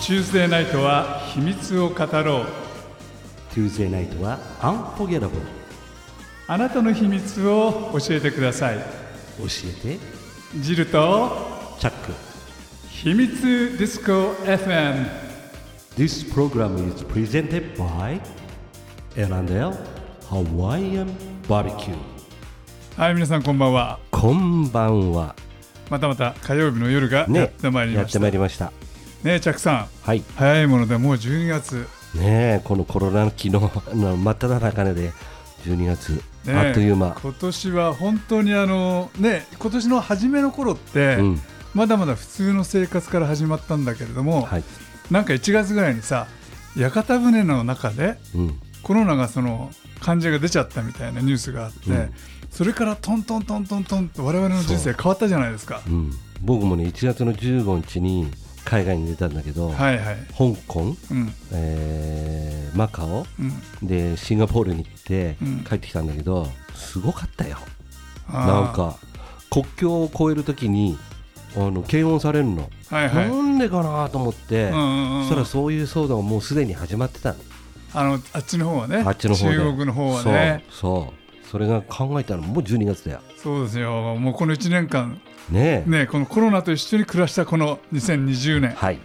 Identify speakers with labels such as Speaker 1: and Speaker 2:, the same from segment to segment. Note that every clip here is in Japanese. Speaker 1: チューズデーナイトは秘密を語ろう
Speaker 2: Tuesday night は Unforgettable
Speaker 1: あなたの秘密を教えてください
Speaker 2: 教えて
Speaker 1: ジルと
Speaker 2: チャック
Speaker 1: 秘密ディスコ FM
Speaker 2: This program is presented by L&L Hawaiian Barbecue
Speaker 1: はい皆さんこんばんは
Speaker 2: こんばんは
Speaker 1: またまた火曜日の夜が
Speaker 2: ね
Speaker 1: やってまいり
Speaker 2: や
Speaker 1: ま
Speaker 2: っ
Speaker 1: してた
Speaker 2: ま
Speaker 1: ね
Speaker 2: いりました
Speaker 1: えチャックさん
Speaker 2: はい
Speaker 1: 早いものでもう12月
Speaker 2: ねえこのコロナ期のあの真っ只中で12月、
Speaker 1: ね
Speaker 2: あっという間
Speaker 1: 今年は本当にあのね今年の初めの頃って、
Speaker 2: うん
Speaker 1: まだまだ普通の生活から始まったんだけれども、
Speaker 2: はい
Speaker 1: なんか1月ぐらいにさ屋形船の中で
Speaker 2: うん
Speaker 1: コロナがその患者が出ちゃったみたいなニュースがあって、
Speaker 2: うん
Speaker 1: それからトントントントントンと我々の人生変わったじゃないですか
Speaker 2: うん僕もね1月の15日に海外に出たんだけど、
Speaker 1: はいはい
Speaker 2: 香港、
Speaker 1: うん
Speaker 2: えーマカオ
Speaker 1: うん
Speaker 2: でシンガポールに行って
Speaker 1: うん
Speaker 2: 帰ってきたんだけど、すごかったよ
Speaker 1: あー
Speaker 2: なんか国境を越えるときにあの検温されるの、
Speaker 1: はいはい
Speaker 2: なんでかなと思って、
Speaker 1: うんうんうん
Speaker 2: そしたらそういう騒動がもうすでに始まってたの
Speaker 1: あのあっちの方はね
Speaker 2: あっちの方で
Speaker 1: 中国の方はね
Speaker 2: そうそうそれが考えたらもう12月だよ
Speaker 1: そうですよもうこの1年間
Speaker 2: ねえ
Speaker 1: ねこのコロナと一緒に暮らしたこの2020年
Speaker 2: はい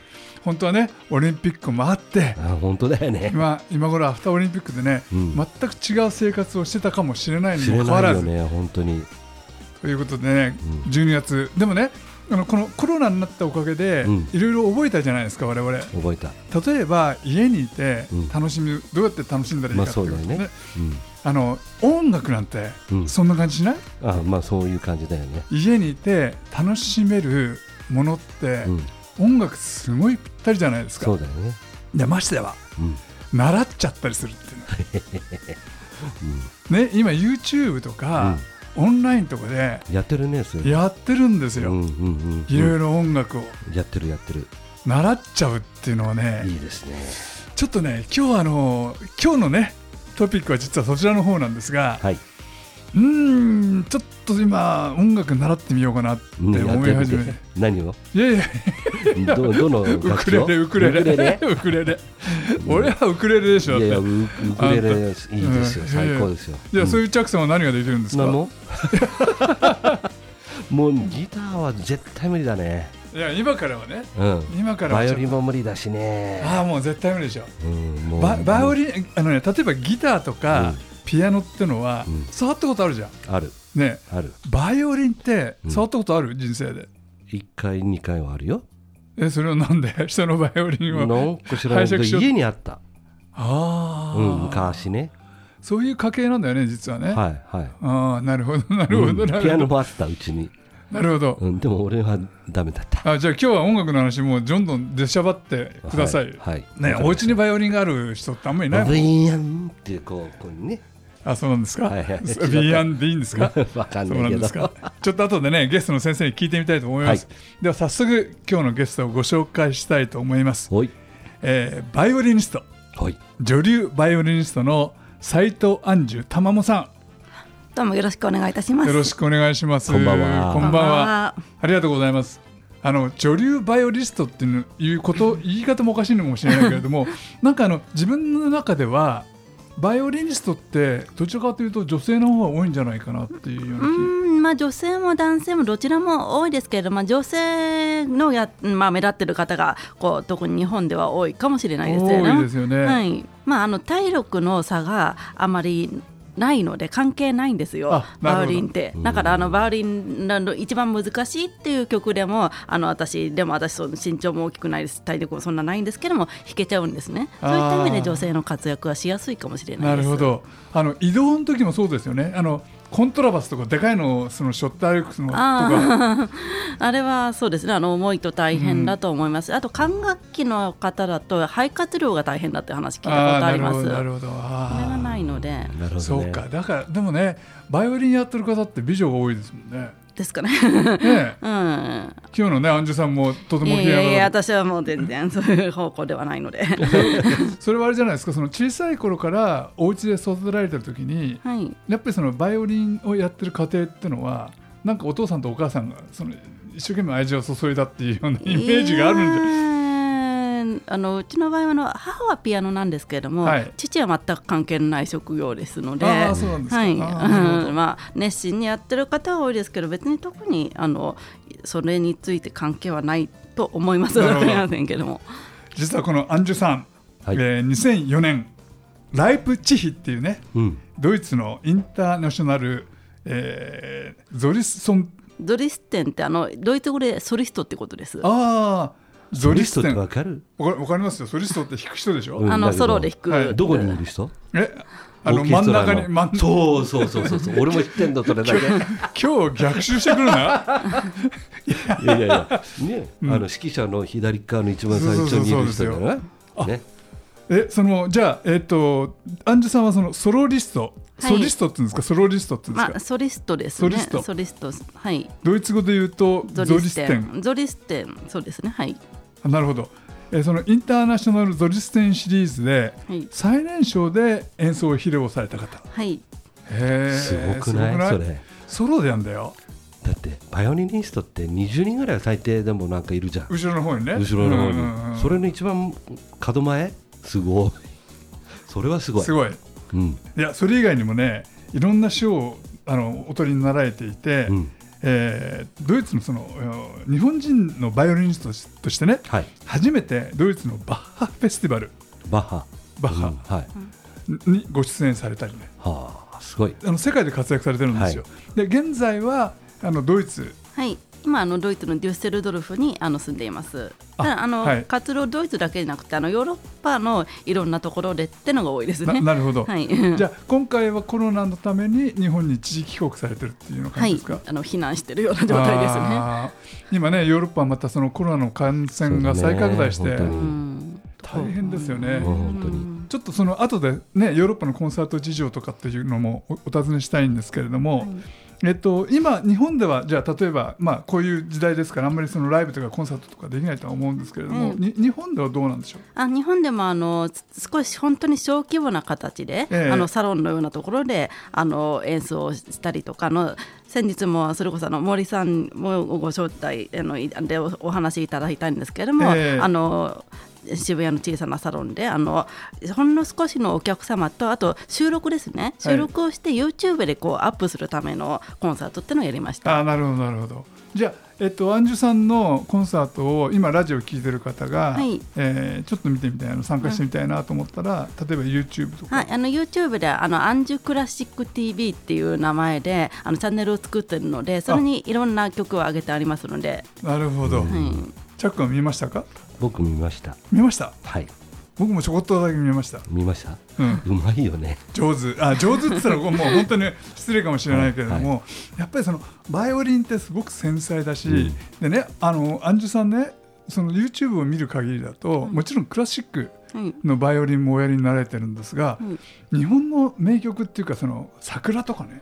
Speaker 1: 本当はねオリンピックもあって
Speaker 2: あ本当だよね
Speaker 1: 今今頃アフターオリンピックでね、
Speaker 2: うん
Speaker 1: 全く違う生活をしてたかもしれないに
Speaker 2: 知
Speaker 1: も
Speaker 2: れ
Speaker 1: かかわ
Speaker 2: ない
Speaker 1: らず
Speaker 2: よね本当に
Speaker 1: ということでね、
Speaker 2: う
Speaker 1: 12月でもねあのこのコロナになったおかげで
Speaker 2: うん
Speaker 1: いろいろ覚えたじゃないですか我々
Speaker 2: 覚えた
Speaker 1: 例えば家にいて
Speaker 2: うん
Speaker 1: 楽しみ、どうやって楽しんだらいいか
Speaker 2: まあ
Speaker 1: ってい
Speaker 2: そう
Speaker 1: う
Speaker 2: だ
Speaker 1: こ
Speaker 2: よ
Speaker 1: と
Speaker 2: ね
Speaker 1: ね
Speaker 2: うん
Speaker 1: あの音楽なんて
Speaker 2: うん
Speaker 1: そんな感じしない、
Speaker 2: あまあそういう感じだよね
Speaker 1: 家にいて楽しめるものって
Speaker 2: うん
Speaker 1: 音楽すごいぴったりじゃないですか、
Speaker 2: そうだよね
Speaker 1: でましてやは
Speaker 2: うん
Speaker 1: 習っちゃったりするって いうの、ね今 YouTube とか、オンラインとかで
Speaker 2: やってるねそれ
Speaker 1: やってるんです
Speaker 2: うん
Speaker 1: よ、
Speaker 2: うんうん
Speaker 1: いろいろ音楽を
Speaker 2: やってるやってる
Speaker 1: 習っちゃうっていうのはね、
Speaker 2: いいですね
Speaker 1: ちょっとね今日はあの今日のねトピックは実はそちらの方なんですが、
Speaker 2: はいう
Speaker 1: ーんちょっと今音楽習ってみようかなって
Speaker 2: うんや
Speaker 1: 思い
Speaker 2: っ
Speaker 1: 始
Speaker 2: て
Speaker 1: め
Speaker 2: み
Speaker 1: て
Speaker 2: て、何を
Speaker 1: いやい や
Speaker 2: どどの楽器を
Speaker 1: ウクレレウクレレ ウクレレ俺はウクレレでしょだって
Speaker 2: いや
Speaker 1: いや
Speaker 2: いやウウクレレいいですよ、
Speaker 1: うん
Speaker 2: 最高ですよ
Speaker 1: そう
Speaker 2: い
Speaker 1: いうチャックさんは何ができるんですか
Speaker 2: の もうギターは絶対無理だね
Speaker 1: いや今からはね
Speaker 2: うん
Speaker 1: 今から
Speaker 2: バ
Speaker 1: は
Speaker 2: イ
Speaker 1: ち
Speaker 2: オ
Speaker 1: ょっ
Speaker 2: リン
Speaker 1: と
Speaker 2: も無理だしね
Speaker 1: ああもう絶対無理でしょ
Speaker 2: うんもう
Speaker 1: ババイオリンあのね例えばギターと
Speaker 2: う
Speaker 1: か
Speaker 2: ん
Speaker 1: ピアノってのは
Speaker 2: うん
Speaker 1: 触ったことあるじゃん
Speaker 2: ある
Speaker 1: ね
Speaker 2: ある
Speaker 1: バイオリンって
Speaker 2: うん
Speaker 1: 触ったことある人生で
Speaker 2: 一回二回はあるよ
Speaker 1: えそれをなんで 人のバイオリン
Speaker 2: な
Speaker 1: を
Speaker 2: んか知らないけど
Speaker 1: 拝借しよう
Speaker 2: 家にあった、
Speaker 1: ああ、
Speaker 2: うん、昔ね
Speaker 1: そういう家系なんだよね実はね、
Speaker 2: はいはい
Speaker 1: ああなるほどなるほど、
Speaker 2: うん
Speaker 1: な
Speaker 2: ピア
Speaker 1: るほ
Speaker 2: ノ
Speaker 1: ど
Speaker 2: もあったうちに、
Speaker 1: なるほど、
Speaker 2: うん、でも俺はダメだった
Speaker 1: あじゃあ今日は音楽の話もうどんどん出しゃばってください、
Speaker 2: はい、は
Speaker 1: ね
Speaker 2: い、
Speaker 1: お家にバイオリンがある人ってあんまりいないも
Speaker 2: ブ
Speaker 1: ん
Speaker 2: イーンっていうこうこうね
Speaker 1: あ そうなんですか、
Speaker 2: はいはい
Speaker 1: B アンでいいんです か
Speaker 2: わかん
Speaker 1: そ
Speaker 2: な
Speaker 1: うない
Speaker 2: け
Speaker 1: んで
Speaker 2: ど
Speaker 1: すかちょっと後でねゲストの先生に聞いてみたいと思います、では早速今日のゲストをご紹介したいと思います、
Speaker 2: はい
Speaker 1: えーバイオリニスト
Speaker 2: はい
Speaker 1: 女流バイオリニストの斉藤安住たまもさ
Speaker 3: どうもよろしくお願いいたしま
Speaker 1: ん
Speaker 3: す。
Speaker 1: よろしくお願いします
Speaker 2: こんばんは
Speaker 1: こんばん
Speaker 3: こんばん
Speaker 1: は
Speaker 3: は
Speaker 1: ありがとうございますあの女流バイオリストっていうのいうこと言い方もおかしいのかもしれないけれど もなんかあの自分の中ではバイオリニストってどちらかというと女性の方が多いんじゃないかなっていうような
Speaker 3: う
Speaker 1: 気
Speaker 3: ーん、まあ女性も男性もどちらも多いですけれども、まあ女性のやまあ目立ってる方がこう特に日本では多いかもしれないですよね。
Speaker 1: 多いですよね
Speaker 3: はい。まああの体力の差があまり。ないので関係ないんですよ
Speaker 1: あなるほど
Speaker 3: バイオリンってだからあのバイオリンの一番難しいっていう曲でもあの私でも私その身長も大きくないです体力もそんなないんですけども弾けちゃうんですねそういった意味で女性の活躍はしやすいかもしれな
Speaker 1: ない
Speaker 3: で
Speaker 1: る
Speaker 3: す
Speaker 1: ほどあの移動の時もそうですよねあのコントラバスとかでかいのをそのショットアルクスのとか
Speaker 3: あ ああれはそうですねあの重いと大変だと思います、あと管楽器の方だと肺活量が大変だって話聞いたことあ
Speaker 1: な
Speaker 3: り
Speaker 1: る
Speaker 3: ま
Speaker 1: ほ
Speaker 3: す
Speaker 1: どな
Speaker 3: それ
Speaker 1: るほど
Speaker 3: が
Speaker 1: あ
Speaker 3: ないので
Speaker 2: なるほど、
Speaker 1: ー
Speaker 2: ね、
Speaker 1: そうかだからでもねバイオリンやってる方って美女が多いですもん ね
Speaker 3: ですかね
Speaker 1: ねえ
Speaker 3: うん
Speaker 1: 今日のねアンジュさんもとて
Speaker 3: い
Speaker 1: も
Speaker 3: やい
Speaker 1: 綺
Speaker 3: やいや
Speaker 1: 麗な
Speaker 3: 私はもう全然そういう方向ではない ので
Speaker 1: それはあれじゃないですかその小さい頃からお家で育てられてる時に
Speaker 3: はい
Speaker 1: やっぱりそのバイオリンをやってる家庭ってのはなんかお父さんとお母さんがその一生懸命愛情を注いだっていうようなイメージがあるんじゃ
Speaker 3: いやーあのうちの場合はあの母はピアノなんですけれども、
Speaker 1: はい
Speaker 3: 父は全く関係のない職業ですので。
Speaker 1: ああそうなんですか、
Speaker 3: はい、
Speaker 1: ああなるほど
Speaker 3: うんまあ熱心にやってる方は多いですけど別に特にあのそれについて関係はないと思います
Speaker 1: なるほど
Speaker 3: わかりませんけども
Speaker 1: 実はこのアンジュさん、
Speaker 2: はい
Speaker 1: えー2004年ライプチヒっていうね
Speaker 2: うん、
Speaker 1: ドイツのインターナショナル、えーゾリスソン
Speaker 3: ゾリステンってあのドイツ語でソリストってことですあ
Speaker 1: ああゾリ
Speaker 2: リ
Speaker 1: ス
Speaker 2: ス
Speaker 1: テ
Speaker 2: ト
Speaker 1: ン
Speaker 2: って
Speaker 1: わ
Speaker 2: わ
Speaker 1: か
Speaker 2: かる
Speaker 1: わかりますよソリストって弾く人でしょ、
Speaker 2: うん
Speaker 3: の
Speaker 2: だけど
Speaker 3: ソロで弾く、
Speaker 1: はい
Speaker 2: どこにいる人
Speaker 1: えあの真ん中に真ん今
Speaker 2: そうそうそうそうそう俺も知ってんだそれだけい
Speaker 1: 日逆襲してくるな
Speaker 2: やいやいやね、あの指揮者の左側の一番最初にいる人じゃないね
Speaker 1: えそのじゃあえっ、とアンジュさんはそのソロリスト、
Speaker 3: はい
Speaker 1: ソリストって言うんですかソロリストって言うんですか、
Speaker 3: まあ、ソリストですね
Speaker 1: ソリスト
Speaker 3: はい
Speaker 1: ドイツ語で言うと
Speaker 3: ゾ
Speaker 1: ゾリ
Speaker 3: リ
Speaker 1: ス
Speaker 3: ステ
Speaker 1: テン
Speaker 3: ンゾリステンそうですねはい
Speaker 1: あなるほど、えーそのインターナショナルゾリステンシリーズで
Speaker 3: はい、
Speaker 1: 最年少で演奏を披露された方
Speaker 3: はい、
Speaker 1: へー
Speaker 2: すごくないそれ
Speaker 1: ソロでやんだよ
Speaker 2: だってバイオリニストって20人ぐらいは最低でもなんかいるじゃん
Speaker 1: 後ろの方にね
Speaker 2: 後ろの方に、
Speaker 1: うんうんうん
Speaker 2: それの一番角前すごい それはすごい
Speaker 1: すごい
Speaker 2: うん
Speaker 1: いやそれ以外にもねいろんな賞をあのお取りになられていて、
Speaker 2: うん
Speaker 1: えードイツのそのえー日本人のバイオリニストとしとしてね
Speaker 2: はい
Speaker 1: 初めてドイツのバッハフェスティバル
Speaker 2: バッハ
Speaker 1: バッハ
Speaker 2: うんはい、
Speaker 1: にご出演されたりね
Speaker 2: はあすごい
Speaker 1: あの世界で活躍されてるんですよ、で現在はあのドイツ
Speaker 3: はい、今あのドイツのデュッセルドルフにあの住んでいます
Speaker 1: あ
Speaker 3: ただあの、
Speaker 1: はい
Speaker 3: 活動ドイツだけじゃなくてあのヨーロッパのいろんなところでってのが多いです
Speaker 1: な
Speaker 3: ね
Speaker 1: なるほど、
Speaker 3: はい、
Speaker 1: じゃあ今回はコロナのために日本に一時帰国されてるっていうの感
Speaker 3: は
Speaker 1: じ
Speaker 3: い
Speaker 1: ですか、、
Speaker 3: あの避難してるような状態ですね。
Speaker 1: あー今ねヨーロッパはまたそのコロナの感染が再拡大し
Speaker 2: そう
Speaker 1: て
Speaker 2: だね本当に
Speaker 3: うん
Speaker 1: 大変ですよね、
Speaker 2: もう本当に、
Speaker 1: ちょっとその後でねヨーロッパのコンサート事情とかっていうのもおお尋ねしたいんですけれども、えっと、今日本ではじゃあ例えば、まあ、こういう時代ですからあんまりそのライブとかコンサートとかできないとは思うんですけれども、
Speaker 3: うん
Speaker 1: に日本ではどうなんでしょう
Speaker 3: あ日本でもあのつ少し本当に小規模な形で、
Speaker 1: ええ
Speaker 3: あのサロンのようなところであの演奏をしたりとかあの先日もそれこそあの森さんもご招待あのいでおお話しいただいたんですけれども、
Speaker 1: ええ
Speaker 3: あの渋谷の小さなサロンであのほんの少しのお客様とあと収録ですね収録をして YouTube でこうアップするためのコンサートっていうのをやりました。
Speaker 1: あーなるほどなるほどじゃあ、えっと、アンジュさんのコンサートを今ラジオ聞いてる方が、
Speaker 3: はい
Speaker 1: えーちょっと見てみたいな参加してみたいなと思ったら、例えば YouTube とか、
Speaker 3: はい、あの YouTube であのアンジュクラシック TV っていう名前であのチャンネルを作ってるのでそれにいろんな曲を上げてありますので、
Speaker 1: なるほど、
Speaker 3: はい、
Speaker 1: チャックは見ましたか
Speaker 2: 僕見ました
Speaker 1: 見ました
Speaker 2: はい
Speaker 1: 僕もちょこっとだけ見ました、
Speaker 2: 見ました
Speaker 1: うん、
Speaker 2: うまいよね
Speaker 1: 上手あ上手って言ったらもうもう本当に失礼かもしれないけれども、
Speaker 2: は
Speaker 1: やっぱりそのバイオリンってすごく繊細だし、
Speaker 2: うん
Speaker 1: でねあのアンジュさんねその YouTube を見る限りだと、もちろんクラシック
Speaker 3: はい
Speaker 1: のバイオリンもおやりになられてるんですが、日本の名曲っていうかその桜とかね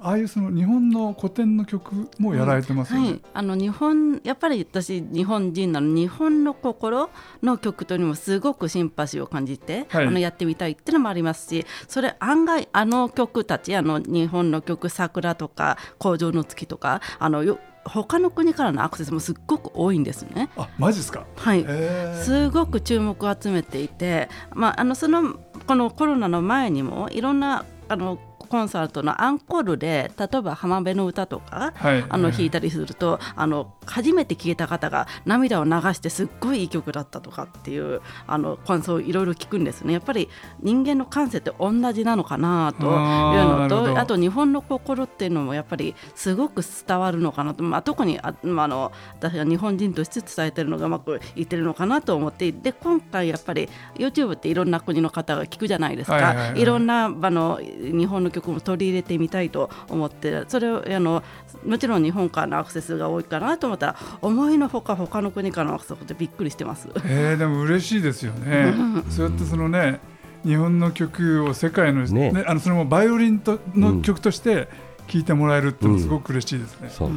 Speaker 1: ああいうその日本の古典の曲もやられてますよね。
Speaker 3: はい、あの日本やっぱり私日本人なの日本の心の曲というのもすごくシンパシーを感じて、
Speaker 1: はい
Speaker 3: あのやってみたいっていうのもありますしそれ案外あの曲たちあの日本の曲「桜」とか「工場の月」とかあのよ他の国からのアクセスもすっごく多いんですね。
Speaker 1: あマジですか、
Speaker 3: はい、
Speaker 1: えー
Speaker 3: すごく注目を集めていて、まあ、あのそのこのコロナの前にもいろんなあのコンサートのアンコールで例えば「浜辺の歌」とか、
Speaker 1: はい
Speaker 3: あの弾いたりするとあの初めて聴いた方が涙を流してすっごいいい曲だったとかっていうあの感想をいろいろ聞くんですねやっぱり人間の感性って同じなのかなという
Speaker 1: あーな
Speaker 3: の
Speaker 1: るほ
Speaker 3: と
Speaker 1: ど
Speaker 3: あと日本の心っていうのもやっぱりすごく伝わるのかなと、まあ、特にあ、まあ、あの私は日本人として伝えてるのがうまくいってるのかなと思ってで今回やっぱり YouTube っていろんな国の方が聞くじゃないですか、
Speaker 1: はい
Speaker 3: い
Speaker 1: はいはい
Speaker 3: ろんなあの日本の曲も取り入れてみたいと思ってそれをあのもちろん日本からのアクセスが多いかなと思ったら思いのほか他の国からのアクセスってびっくりしてます。
Speaker 1: えー、でも嬉しいですよね。そうやってそのね日本の曲を世界の,、ね
Speaker 2: ね
Speaker 1: あのそれもバイオリンと
Speaker 2: う
Speaker 1: の
Speaker 2: ん
Speaker 1: 曲として聴いてもらえるっていうの
Speaker 2: うん
Speaker 1: すごく嬉しいですね。
Speaker 2: そう、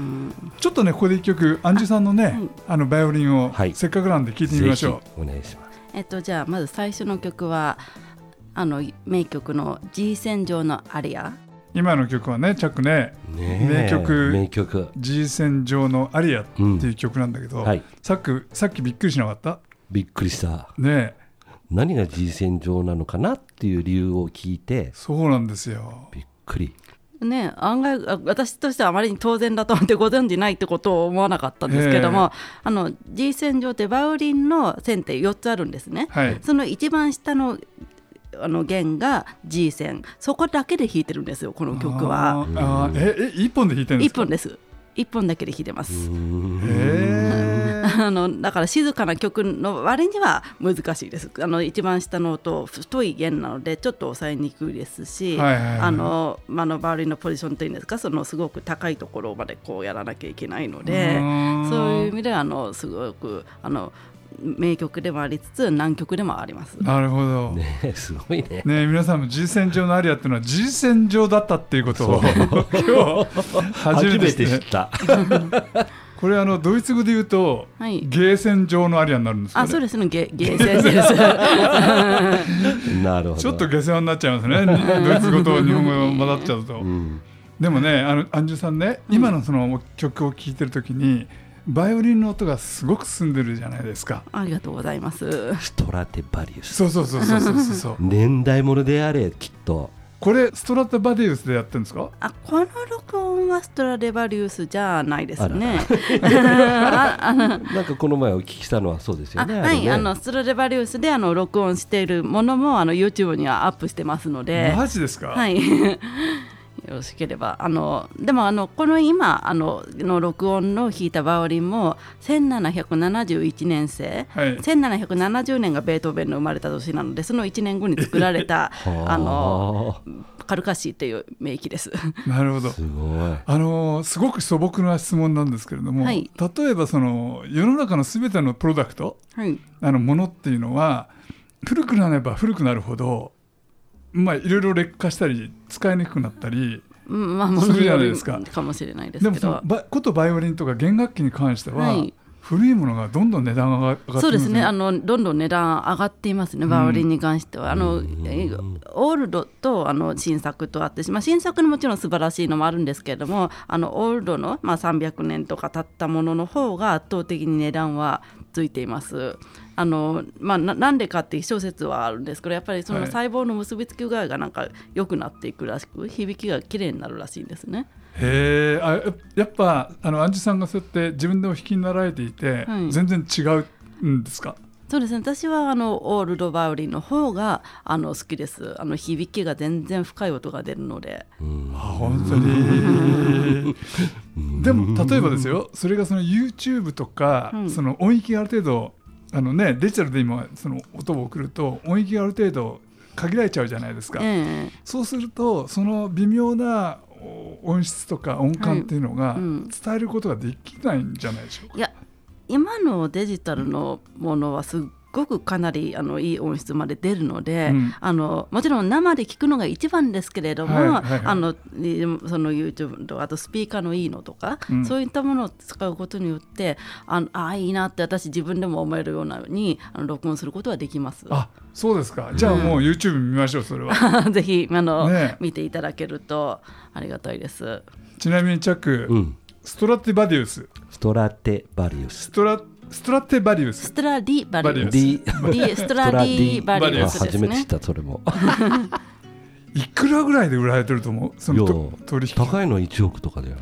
Speaker 1: ちょっとねここで一曲アンジュさんのねあ,、
Speaker 3: はい
Speaker 1: のバイオリンを
Speaker 2: はい
Speaker 1: せっかくなんで聴いてみましょう。
Speaker 2: ぜひお願いします
Speaker 3: えっと、じゃあまず最初の曲はあの名曲の G 線上のアリア
Speaker 1: 今の曲はねチャックね
Speaker 2: ねえ
Speaker 1: 名曲
Speaker 2: 名曲
Speaker 1: G 線上のアリアっていう曲なんだけど、
Speaker 2: はい
Speaker 1: さっきさっきびっくりしなかった？
Speaker 2: びっくりした
Speaker 1: ねえ
Speaker 2: 何が G 線上なのかなっていう理由を聞いて
Speaker 1: そうなんですよ
Speaker 2: びっくり
Speaker 3: ね、案外あ私としてはあまりに当然だと思ってご存じないってことを思わなかったんですけども、あの G 線上ってバイオリンの線って4つあるんですね、
Speaker 1: はい
Speaker 3: その一番下のあの弦が G 線そこだけで弾いてるんですよこの曲は
Speaker 1: あーあーええ一本で弾いてるんで
Speaker 3: 1
Speaker 1: すか
Speaker 3: 本です1本だけで弾いてます、
Speaker 2: うーん
Speaker 1: へ
Speaker 3: あのだから静かな曲の割には難しいですあの一番下の音太い弦なのでちょっと抑えにくいですし、
Speaker 1: はいはいはい
Speaker 3: あのまああのバーリンのポジションというんですかそのすごく高いところまでこうやらなきゃいけないので
Speaker 1: うーん
Speaker 3: そういう意味ではあのすごくあの名曲でもありつつ難曲でもあります
Speaker 1: え。なるほどね
Speaker 2: ねえすごいね
Speaker 1: 皆さんも G 線上のアリアっていうのは G 線上だったっていうことを今日初め
Speaker 2: 初
Speaker 1: てで
Speaker 2: め
Speaker 1: すね
Speaker 2: て知った
Speaker 1: これあのドイツ語で言うと、
Speaker 3: はい
Speaker 1: ゲーセン上のアリアになるんですよ
Speaker 3: あ
Speaker 1: ね
Speaker 3: そうですねゲゲー センです。
Speaker 2: なるほど
Speaker 1: ちょっと下世話になっちゃいます ねドイツ語と日本語が混ざっちゃうと、
Speaker 2: うん
Speaker 1: でもねあのアンジュさんね今のその曲を聴いてる時にバイオリンの音がすごく澄んでるじゃないですか
Speaker 3: ありがとうございます。
Speaker 2: ストラテバリウス
Speaker 1: そうそうそうそうそうそう そう
Speaker 2: 年代物であれきっと
Speaker 1: これストラタバディウスでやってるんですか
Speaker 3: あこの録音はストラデバリウスじゃないですね。
Speaker 2: なんかこの前お聞きしたのはそうですよ
Speaker 3: あ
Speaker 2: ね
Speaker 3: は
Speaker 2: れ
Speaker 3: い、
Speaker 2: ね
Speaker 3: あのストラデバリウスであの録音しているものもあの YouTube にはアップしてますので、
Speaker 1: マジですか、
Speaker 3: はい、 よろしければあのでもあのこの今あのの録音の弾いたバイオリンも1771年生、
Speaker 1: はい
Speaker 3: 1770年がベートーベンの生まれた年なのでその1年後に作ら れた
Speaker 2: はあ
Speaker 3: あのカルカッシーっていう名機です。
Speaker 1: なるほど
Speaker 2: すごい
Speaker 1: あのーすごく素朴な質問なんですけれども、
Speaker 3: はい
Speaker 1: 例えばその世の中のすべてのプロダクト
Speaker 3: はい
Speaker 1: あのものっていうのは古くなれば古くなるほどまあいろいろ劣化したり使いにくくなったり
Speaker 3: うんまあ、
Speaker 1: するじゃないですか
Speaker 3: ものによるもしれないです
Speaker 1: で
Speaker 3: けど
Speaker 1: もそのバことバイオリンとか弦楽器に関しては、
Speaker 3: はい
Speaker 1: 古いものがどんどん値段が上がってます
Speaker 3: そうですねあのどんどん値段上がっていますねバイオリンに関しては、あのえオールドとあの新作とあって、まあ、新作のもちろん素晴らしいのもあるんですけれどもあのオールドの、まあ、300年とか経ったものの方が圧倒的に値段はついています。あのまあ、ななんでかっていう小説はあるんですけどやっぱりその
Speaker 1: はい
Speaker 3: 細胞の結びつき具合がなんか良くなっていくらしく響きが綺麗になるらしいんですね。
Speaker 1: へえあややっぱあのアンジュさんがそうやって自分でお弾きになられていて、
Speaker 3: はい
Speaker 1: 全然違うんですか
Speaker 3: そうですね私はあのオールドバウリンの方があの好きですあの響きが全然深い音が出るので
Speaker 1: あ本当にでも例えばですよそれがその YouTube とか、
Speaker 3: うん
Speaker 1: その音域がある程度あの、ね、デジタルで今その音を送ると音域がある程度限られちゃうじゃないですか、
Speaker 3: え
Speaker 1: そうするとその微妙なお音質とか音感っていうのが
Speaker 3: いうん
Speaker 1: 伝えることができないんじゃないでしょうか、
Speaker 3: えいや今のデジタルのものはすっごくかなりあのいい音質まで出るので、
Speaker 1: うん
Speaker 3: あのもちろん生で聞くのが一番ですけれども、
Speaker 1: はいはいはい
Speaker 3: あのいその YouTube とかあとスピーカーのいいのとか、
Speaker 1: うん
Speaker 3: そういったものを使うことによってあのあいいなって私自分でも思えるようなようにあの録音することはできます。
Speaker 1: あそうですかじゃあもう YouTube 見ましょうそれは
Speaker 3: ぜひあの、
Speaker 1: ねえ
Speaker 3: 見ていただけるとありがたいです。
Speaker 1: ちなみにチャック、
Speaker 2: うん
Speaker 1: ストラティバディウス
Speaker 2: ストラテバリウス
Speaker 1: ストラストラティバディウス
Speaker 3: ストラディバリ
Speaker 1: バ
Speaker 3: ウ
Speaker 1: リ
Speaker 3: ス。
Speaker 2: D
Speaker 3: ディストラディバリウス
Speaker 2: あ
Speaker 3: です
Speaker 2: 初めて知
Speaker 3: ね
Speaker 2: っ。たそれも
Speaker 1: いくらぐらいで売られてると思うそのと
Speaker 2: いや
Speaker 1: 取引
Speaker 2: 高いのは1億とかじゃない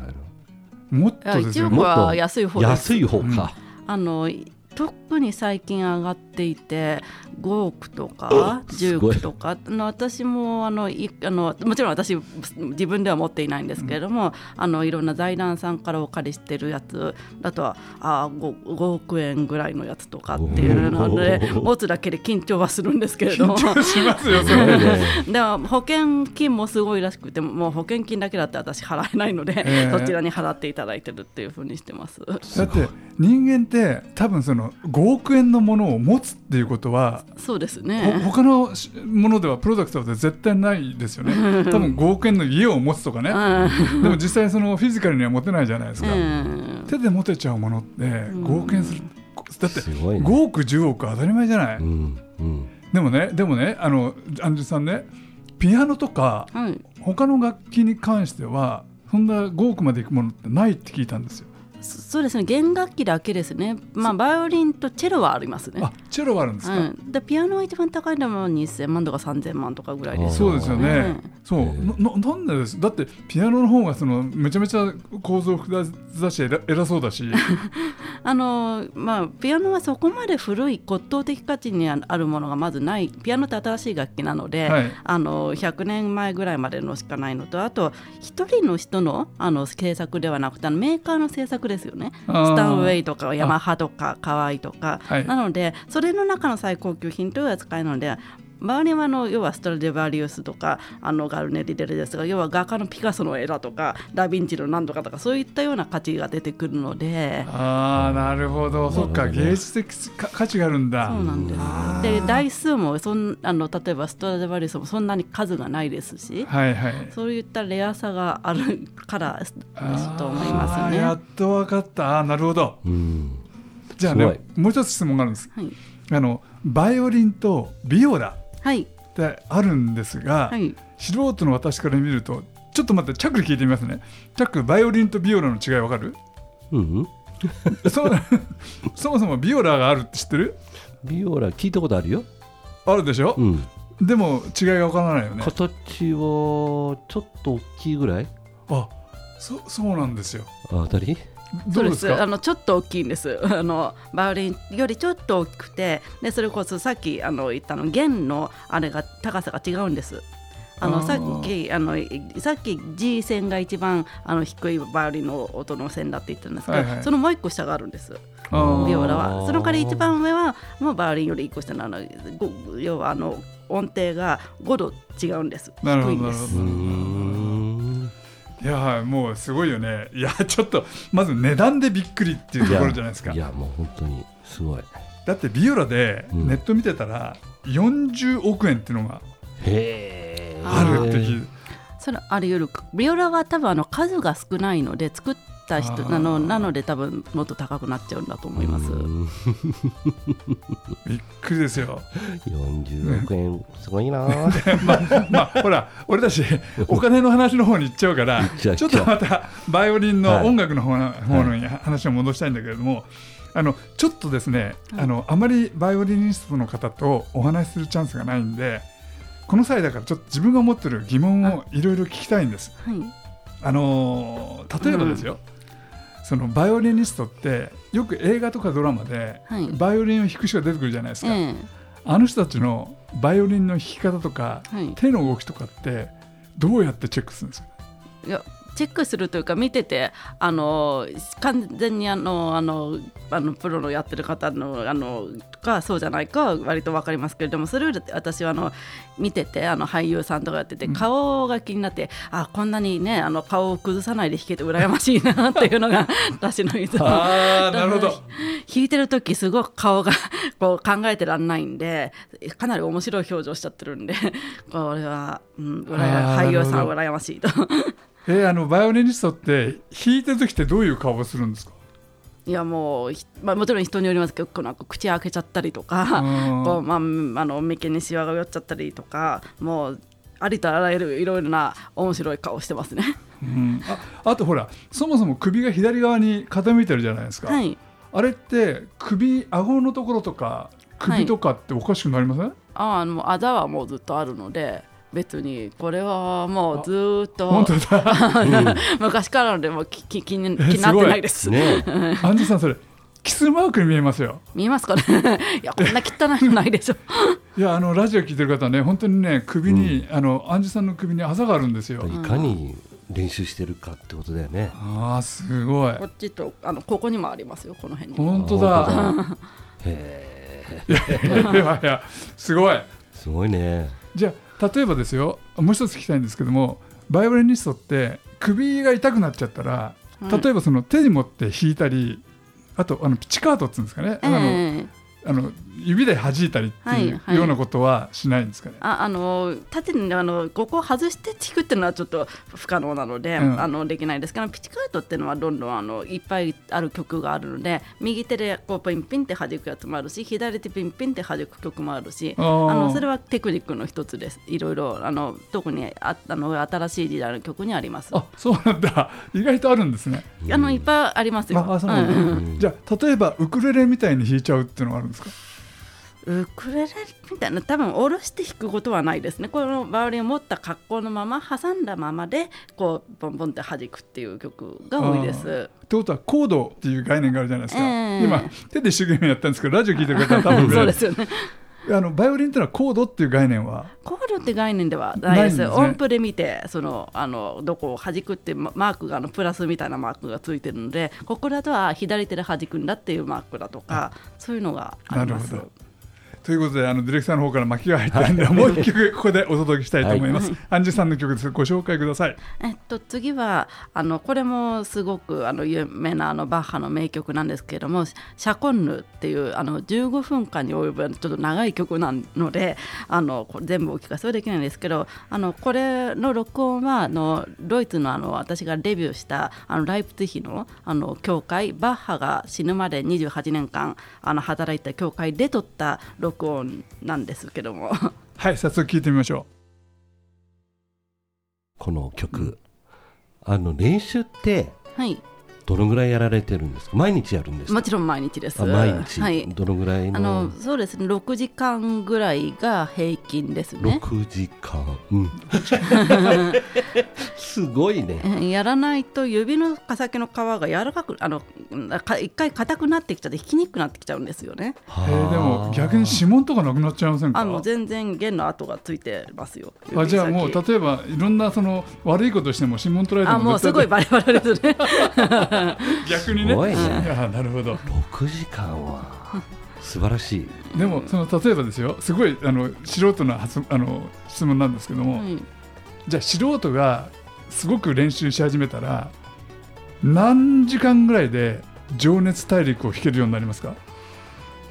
Speaker 2: の
Speaker 1: もっ
Speaker 3: いや
Speaker 1: とですよね
Speaker 3: 一応
Speaker 2: もっと
Speaker 3: 安い方です
Speaker 2: 安い方か、
Speaker 3: あの特に最近上がっていて5億とか
Speaker 2: すご
Speaker 3: 10
Speaker 2: い
Speaker 3: 億とかあの私もあのいあのもちろん私自分では持っていないんですけれども、あのいろんな財団さんからお借りしてるやつだとはあ 5, 5億円ぐらいのやつとかっていうので
Speaker 2: おー
Speaker 3: 持つだけで緊張はするんですけれども。
Speaker 1: しますよそ
Speaker 2: すごい
Speaker 1: れ
Speaker 2: ね
Speaker 3: でも保険金もすごいらしくてもう保険金だけだって私払えないので、
Speaker 1: ええ
Speaker 3: そちらに払っていただいてるっていうふうにしてます。
Speaker 1: だって人間って多分その5億円のものを持つっていうことは
Speaker 3: そうです
Speaker 1: ほ
Speaker 3: ね。
Speaker 1: 他のしものではプロダクトで絶対ないですよね多分5億円の家を持つとかねでも実際そのフィジカルには持てないじゃないです
Speaker 3: う
Speaker 1: か、
Speaker 3: ん、
Speaker 1: 手で持てちゃうものって5億円する、だって
Speaker 2: すごいね
Speaker 1: 5億10億当たり前じゃない、
Speaker 2: うんうん
Speaker 1: でもねでもねあのアンジュさんねピアノとか
Speaker 3: はい、
Speaker 1: 他の楽器に関してはそんな5億までいくものってないって聞いたんですよ
Speaker 3: そうですね弦楽器だけですね、まあ、バイオリンとチェロはありますね。
Speaker 1: あチェロはあるんですか、
Speaker 3: うん、でピアノは一番高いのも2000万とか3000万とかぐらいです、
Speaker 1: そうですよね、
Speaker 3: うん
Speaker 1: そう
Speaker 2: ええ
Speaker 1: なななんでですだってピアノの方がそのめちゃめちゃ構造複雑だし偉偉そうだ し
Speaker 3: あのまあ、ピアノはそこまで古い骨董的価値にあるものがまずないピアノって新しい楽器なので、
Speaker 1: はい
Speaker 3: あの100年前ぐらいまでのしかないのとあと一人の人のあの制作ではなくてあのメーカーの制作ですよねス
Speaker 1: あー
Speaker 3: タンウェイとかヤマハとかカワイとか、
Speaker 1: はい
Speaker 3: なのでそれの中の最高級品という扱いなので周りはあの要はストラディバリウスとかあのガルネリ・デルですが要は画家のピカソの絵だとかダ・ヴィンチのなんとかとかそういったような価値が出てくるので。
Speaker 1: ああなるほどそっか
Speaker 2: なるほどね
Speaker 1: 芸術的か価値があるんだ
Speaker 3: そうなんです。で台数もそんあの例えばストラディバリウスもそんなに数がないですし、
Speaker 1: はいはい
Speaker 3: そういったレアさがあるからです
Speaker 1: あー
Speaker 3: と思いますね。
Speaker 1: や
Speaker 3: は
Speaker 1: っと分かったあーなるほど
Speaker 2: うん
Speaker 1: じゃあ
Speaker 2: すご
Speaker 1: ね
Speaker 2: い
Speaker 1: もう一つ質問があるんです
Speaker 3: い、
Speaker 1: あのバイオリンとビオラ
Speaker 3: はい、
Speaker 1: ってあるんですが、
Speaker 3: はい。
Speaker 1: 素人の私から見るとちょっと待ってチャックで聞いてみますねチャックバイオリンとビオラの違いわかる
Speaker 2: うん
Speaker 1: そそもそもビオラがあるって知ってる
Speaker 2: ビオラ聞いたことあるよ、
Speaker 1: あるでしょ
Speaker 2: う、ん、
Speaker 1: でも違いがわからないよね
Speaker 2: 形はちょっと大きいぐらい
Speaker 1: あそそうなんですよ
Speaker 2: あたり
Speaker 1: どうです
Speaker 3: そうあ
Speaker 1: か
Speaker 3: のちょっと大きいんです。あのバイオリンよりちょっと大きくて、でそれこそさっきあの言ったあの弦のあれが高さが違うんです。あの
Speaker 1: あー
Speaker 3: さっきあのいさっき G 線が一番あの低いバイオリンの音の線だって言ったんですけど、
Speaker 1: はいはい
Speaker 3: そのもう一個下があるんです。
Speaker 1: あー
Speaker 3: ビオラは
Speaker 2: あー
Speaker 3: その代わり一番上はもうバイオリンより1個下なのでご要はあの音程が5度違うんです低
Speaker 1: なるほ
Speaker 3: い
Speaker 1: ど
Speaker 3: ん
Speaker 1: な
Speaker 3: で
Speaker 1: る
Speaker 3: す
Speaker 1: ほど
Speaker 2: うん
Speaker 1: いやもうすごいよねいやちょっとまず値段でびっくりっていうところじゃないですか
Speaker 2: いやもう本当にすごい
Speaker 1: だってビオラで
Speaker 2: うん
Speaker 1: ネット見てたら40億円っていうのが
Speaker 2: へえ
Speaker 1: あるって聞いて
Speaker 3: それあれよりビオラは多分あの数が少ないので作った人な
Speaker 1: あ
Speaker 3: の
Speaker 1: ー
Speaker 3: なので多分もっと高くなっちゃうんだと思います
Speaker 1: びっくりですよ
Speaker 2: 40億円すごいな
Speaker 1: まあほら俺たちお金の話の方に行っちゃうから
Speaker 2: っ
Speaker 1: ち
Speaker 2: ち
Speaker 1: ょ
Speaker 2: ゃ
Speaker 1: っ
Speaker 2: う
Speaker 1: とまたバイオリン
Speaker 2: は
Speaker 1: の
Speaker 2: い
Speaker 1: 音楽の方の方の話を戻したいんだけれどもあのちょっとですね
Speaker 3: はい
Speaker 1: あのあまりバイオリニストの方とお話しするチャンスがないんでこの際だからちょっと自分が持ってる疑問をいろいろ聞きたいんです。
Speaker 3: はい
Speaker 1: あのー例えばですよ、そのバイオリニストってよく映画とかドラマで
Speaker 3: はい
Speaker 1: バイオリンを弾く人が出てくるじゃないですか、
Speaker 3: え
Speaker 1: あの人たちのバイオリンの弾き方とか、
Speaker 3: はい
Speaker 1: 手の動きとかってどうやってチェックするん ですか
Speaker 3: えいやチェックするというか見ててあの完全にあのあのあのプロのやってる方のあのかそうじゃないかは割と分かりますけれどもそれより私はあの見ててあの俳優さんとかやってて顔が気になって、あこんなにねあの顔を崩さないで弾けて羨ましいなっていうの が私のいつも
Speaker 1: あーなるほど
Speaker 3: 弾いてる時すごく顔がこう考えてらんないんでかなり面白い表情しちゃってるんでこれは、うん、羨
Speaker 1: あー
Speaker 3: 俳優さ
Speaker 1: なる
Speaker 3: ん
Speaker 1: ほど
Speaker 3: 羨ましいと。
Speaker 1: えーあのバイオリニストって弾いてる時ってどういう顔をするんですか
Speaker 3: いやもうひ、まあ、もちろん人によりますけどこうなんか口開けちゃったりとか、
Speaker 1: うん
Speaker 3: こうまあ、あの眉間にシワが寄っちゃったりとかもうありとあらゆるいろいろな面白い顔してますね。
Speaker 1: うんああとほらそもそも首が左側に傾いてるじゃないですか、
Speaker 3: はい
Speaker 1: あれって首顎のところとか首とかっておかしくなりません、
Speaker 3: ああのあざはもうずっとあるので別にこれはもうずーっ
Speaker 1: 本
Speaker 3: と
Speaker 1: 当だ
Speaker 3: 昔からなのでもうきき気に気
Speaker 1: え
Speaker 3: になってないです。
Speaker 2: ね
Speaker 1: アンジュさんそれキスマークに見えますよ
Speaker 3: 見えますかね いやこんな汚いのないでしょ。
Speaker 1: いやあのラジオ聞いてる方はね本当にね首に、あのアンジュさんの首にあざがあるんですよ、
Speaker 2: いかに練習してるかってことだよね
Speaker 1: ああすごい
Speaker 3: こっちとあのここにもありますよこの辺に。
Speaker 1: 本当だ
Speaker 2: 本当だへえ
Speaker 1: いやいやすごい
Speaker 2: すごいね
Speaker 1: じゃあ例えばですよもう一つ聞きたいんですけどもバイオリニストって首が痛くなっちゃったら、
Speaker 3: うん
Speaker 1: 例えばその手に持って弾いたりあとあのピチカートっていうんですかね、あの
Speaker 3: ええ
Speaker 1: あの指で弾いたりっていう
Speaker 3: はいはい
Speaker 1: ようなことはしないんですかね。
Speaker 3: ああの縦にあのここを外して弾くっていうのはちょっと不可能なので、
Speaker 1: うん
Speaker 3: あのできないですからピチカートっていうのはどんどんあのいっぱいある曲があるので右手でこうピンピンって弾くやつもあるし左手ピンピンって弾く曲もあるし
Speaker 1: あ
Speaker 3: あ
Speaker 1: ー
Speaker 3: のそれはテクニックの一つですいろいろあの特にああの新しい時代の曲にありますあ
Speaker 1: あ、そうなんだ。意外とあるんですね。
Speaker 3: のいっぱいありますよ、
Speaker 1: あ、あそうなんだ
Speaker 3: うん
Speaker 2: うん
Speaker 1: じゃあ例えばウクレレみたいに弾いちゃうっていうのはあるんですか。
Speaker 3: ウクレレみたいな多分下ろして弾くことはないですねこのバイオリンを持った格好のまま挟んだままでこうボンボンって弾くっていう曲が多いです
Speaker 1: ってことはコードっていう概念があるじゃないですか、
Speaker 3: ええ
Speaker 1: 今手で一生懸命やったんですけどラジオ聞いてる方は多分
Speaker 3: そうですよね
Speaker 1: あのバイオリンっていうのはコードっていう概念は
Speaker 3: コールって概念ではない
Speaker 1: ないん
Speaker 3: です
Speaker 1: ですね
Speaker 3: 音符で見てそのあのどこを弾くってママークがあのプラスみたいなマークがついてるのでここだとは左手で弾くんだっていうマークだとかそういうのがあ
Speaker 1: な
Speaker 3: り
Speaker 1: る
Speaker 3: ま
Speaker 1: ほ
Speaker 3: す
Speaker 1: どということであのディレクターの方から巻きが入ったんで、もう一曲ここでお届けしたいと思います、アンジュさんの曲ですご紹介ください
Speaker 3: えっと、次はあのこれもすごくあの有名なあのバッハの名曲なんですけれども「シャコンヌ」っていうあの15分間に及ぶちょっと長い曲なので あのこれ全部お聞かせはできないんですけどあのこれの録音はあのドイツのあの私がデビューしたあのライプツィヒのあの教会バッハが死ぬまで28年間あの働いた教会で撮った録音なんですけども。
Speaker 1: はい早速聞いてみましょ
Speaker 2: この曲あの練習って
Speaker 3: はい、
Speaker 2: どのぐらいやられてるんですか毎日やるんですか
Speaker 3: もちろん毎日です。
Speaker 2: あ毎日、
Speaker 3: はい、
Speaker 2: どのぐらい
Speaker 3: あ
Speaker 2: の
Speaker 3: のそうですね6時間ぐらいが平均ですね。
Speaker 2: 6時間、 うん、 すごいね
Speaker 3: うんやらないと指の刃先の皮が柔らかくあのうんか一回硬くなってきちゃって弾きにくくなってきちゃうんですよね。
Speaker 1: う、えーでも逆に指紋とかなくなっちゃいませんか
Speaker 3: あもう全然弦の跡がついてますよ。
Speaker 1: あじゃあもう
Speaker 3: 指先
Speaker 1: 例えばいろんなその悪いことしても指紋取られて
Speaker 3: あ
Speaker 1: も
Speaker 3: もうすごい
Speaker 1: 絶対
Speaker 3: バレバレですね。
Speaker 1: 逆にね
Speaker 2: すごいね
Speaker 1: あなるほど
Speaker 2: 6時間 は素晴らしい
Speaker 1: でもその例えばですよすごいあの素人の発あの質問なんですけども、
Speaker 3: はい
Speaker 1: じゃあ素人がすごく練習し始めたら何時間ぐらいで情熱大陸を弾けるようになりますか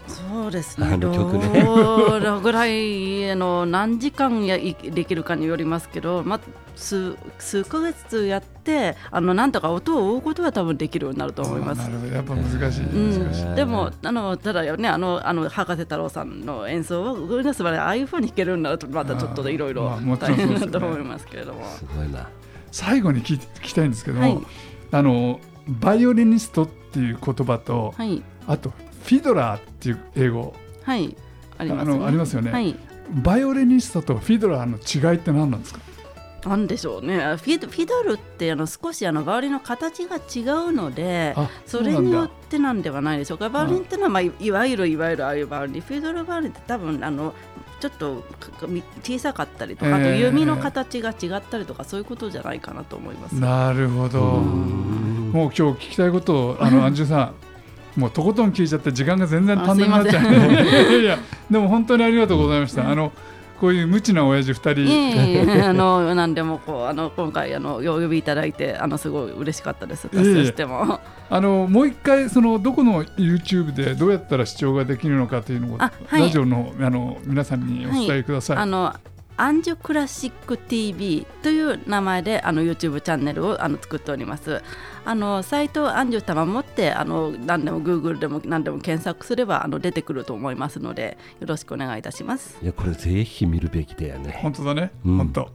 Speaker 3: そうです
Speaker 2: あ
Speaker 3: ね。
Speaker 2: の曲ね
Speaker 3: どのぐらいあの何時間やいできるかによりますけど、まあ数数ヶ月やってあのなんとか音を追うことは多分できるようになると思います
Speaker 1: な。るほどやっぱ難しい、難しい
Speaker 3: うん、でもあのただよねあのあの博士太郎さんの演奏をウルスバレああいうふうに弾けるようになるとまたちょっといろいろ
Speaker 1: あーまあもちろ
Speaker 3: 大
Speaker 1: んそうですよ
Speaker 3: 変
Speaker 1: ね
Speaker 3: だと思いますけれども、
Speaker 2: すごいな
Speaker 1: 最後に聞い聞きたいんですけども、
Speaker 3: はい
Speaker 1: あのバイオリニストっていう言葉と、
Speaker 3: はい
Speaker 1: あとフィドラーっていう英語
Speaker 3: はいあります
Speaker 1: あのありますよね
Speaker 3: はい
Speaker 1: バイオリニストとフィドラーの違いって何なんですか
Speaker 3: なんでしょうねフィドフィドルってあの少しあのバイオリンの形が違うので
Speaker 1: あ
Speaker 3: それ
Speaker 1: うなん
Speaker 3: に
Speaker 1: だ
Speaker 3: よってなんではないでしょうかバイオリンってのは、まあ、いいわゆるいわゆるああいうバイオリンフィドルバイオリンって多分あのちょっとかかみ小さかったりとか、あと
Speaker 1: えー
Speaker 3: 弓の形が違ったりとかそういうことじゃないかなと思います。
Speaker 1: なるほどもう今日聞きたいことをあ のアンジュさんもうとことん聞いちゃって時間が全然足んなくなっちゃういや いやでも本当にありがとうございましたあのこういう無知な親父二
Speaker 3: い
Speaker 1: 人
Speaker 3: えいえ あの何でもこうあの今回あのお呼びいただいてあのすごい嬉しかったです。
Speaker 1: えいえ
Speaker 3: 私としても。
Speaker 1: あのもう一回そのどこの YouTube でどうやったら視聴ができるのかというのを、
Speaker 3: あはい
Speaker 1: ラジオのあの皆さんにお伝えください、
Speaker 3: あのアンジュクラシック TV という名前であの YouTube チャンネルをあの作っております。あのサイトをアンジュ様持ってあの何でも Google でも何でも検索すればあの出てくると思いますのでよろしくお願いいたします。
Speaker 2: いやこれぜひ見るべきだよね
Speaker 1: 本当だね、
Speaker 2: うん
Speaker 1: 本当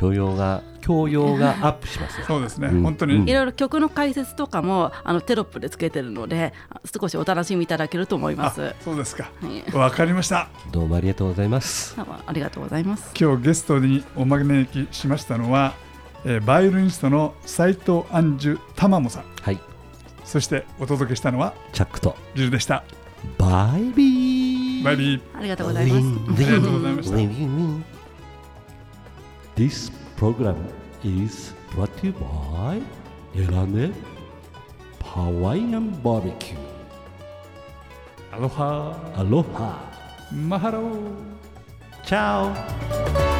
Speaker 2: 教養が教養がアップしますよ
Speaker 1: そうですね、
Speaker 2: うん
Speaker 1: 本当に、
Speaker 2: うん
Speaker 3: いろいろ曲の解説とかもあのテロップでつけてるので少しお楽しみいただけると思いま
Speaker 1: あ
Speaker 3: す。はい
Speaker 1: そうですかわかりました
Speaker 2: どうもありがとうございます
Speaker 3: どうもありがとうございます。
Speaker 1: 今日ゲストにお招きしましたのは、えーバイオリニストの斉藤アンジュタマモさん
Speaker 2: はい
Speaker 1: そしてお届けしたのは
Speaker 2: チャックと
Speaker 1: ジルでした
Speaker 2: バイビー
Speaker 1: バイビー
Speaker 3: ありがとうございます。
Speaker 1: ありがとうございました
Speaker 2: This program is brought to you by エラネハワイアンバーベキュ
Speaker 1: アロハ
Speaker 2: ーアロハ
Speaker 1: マハロー
Speaker 2: チャオ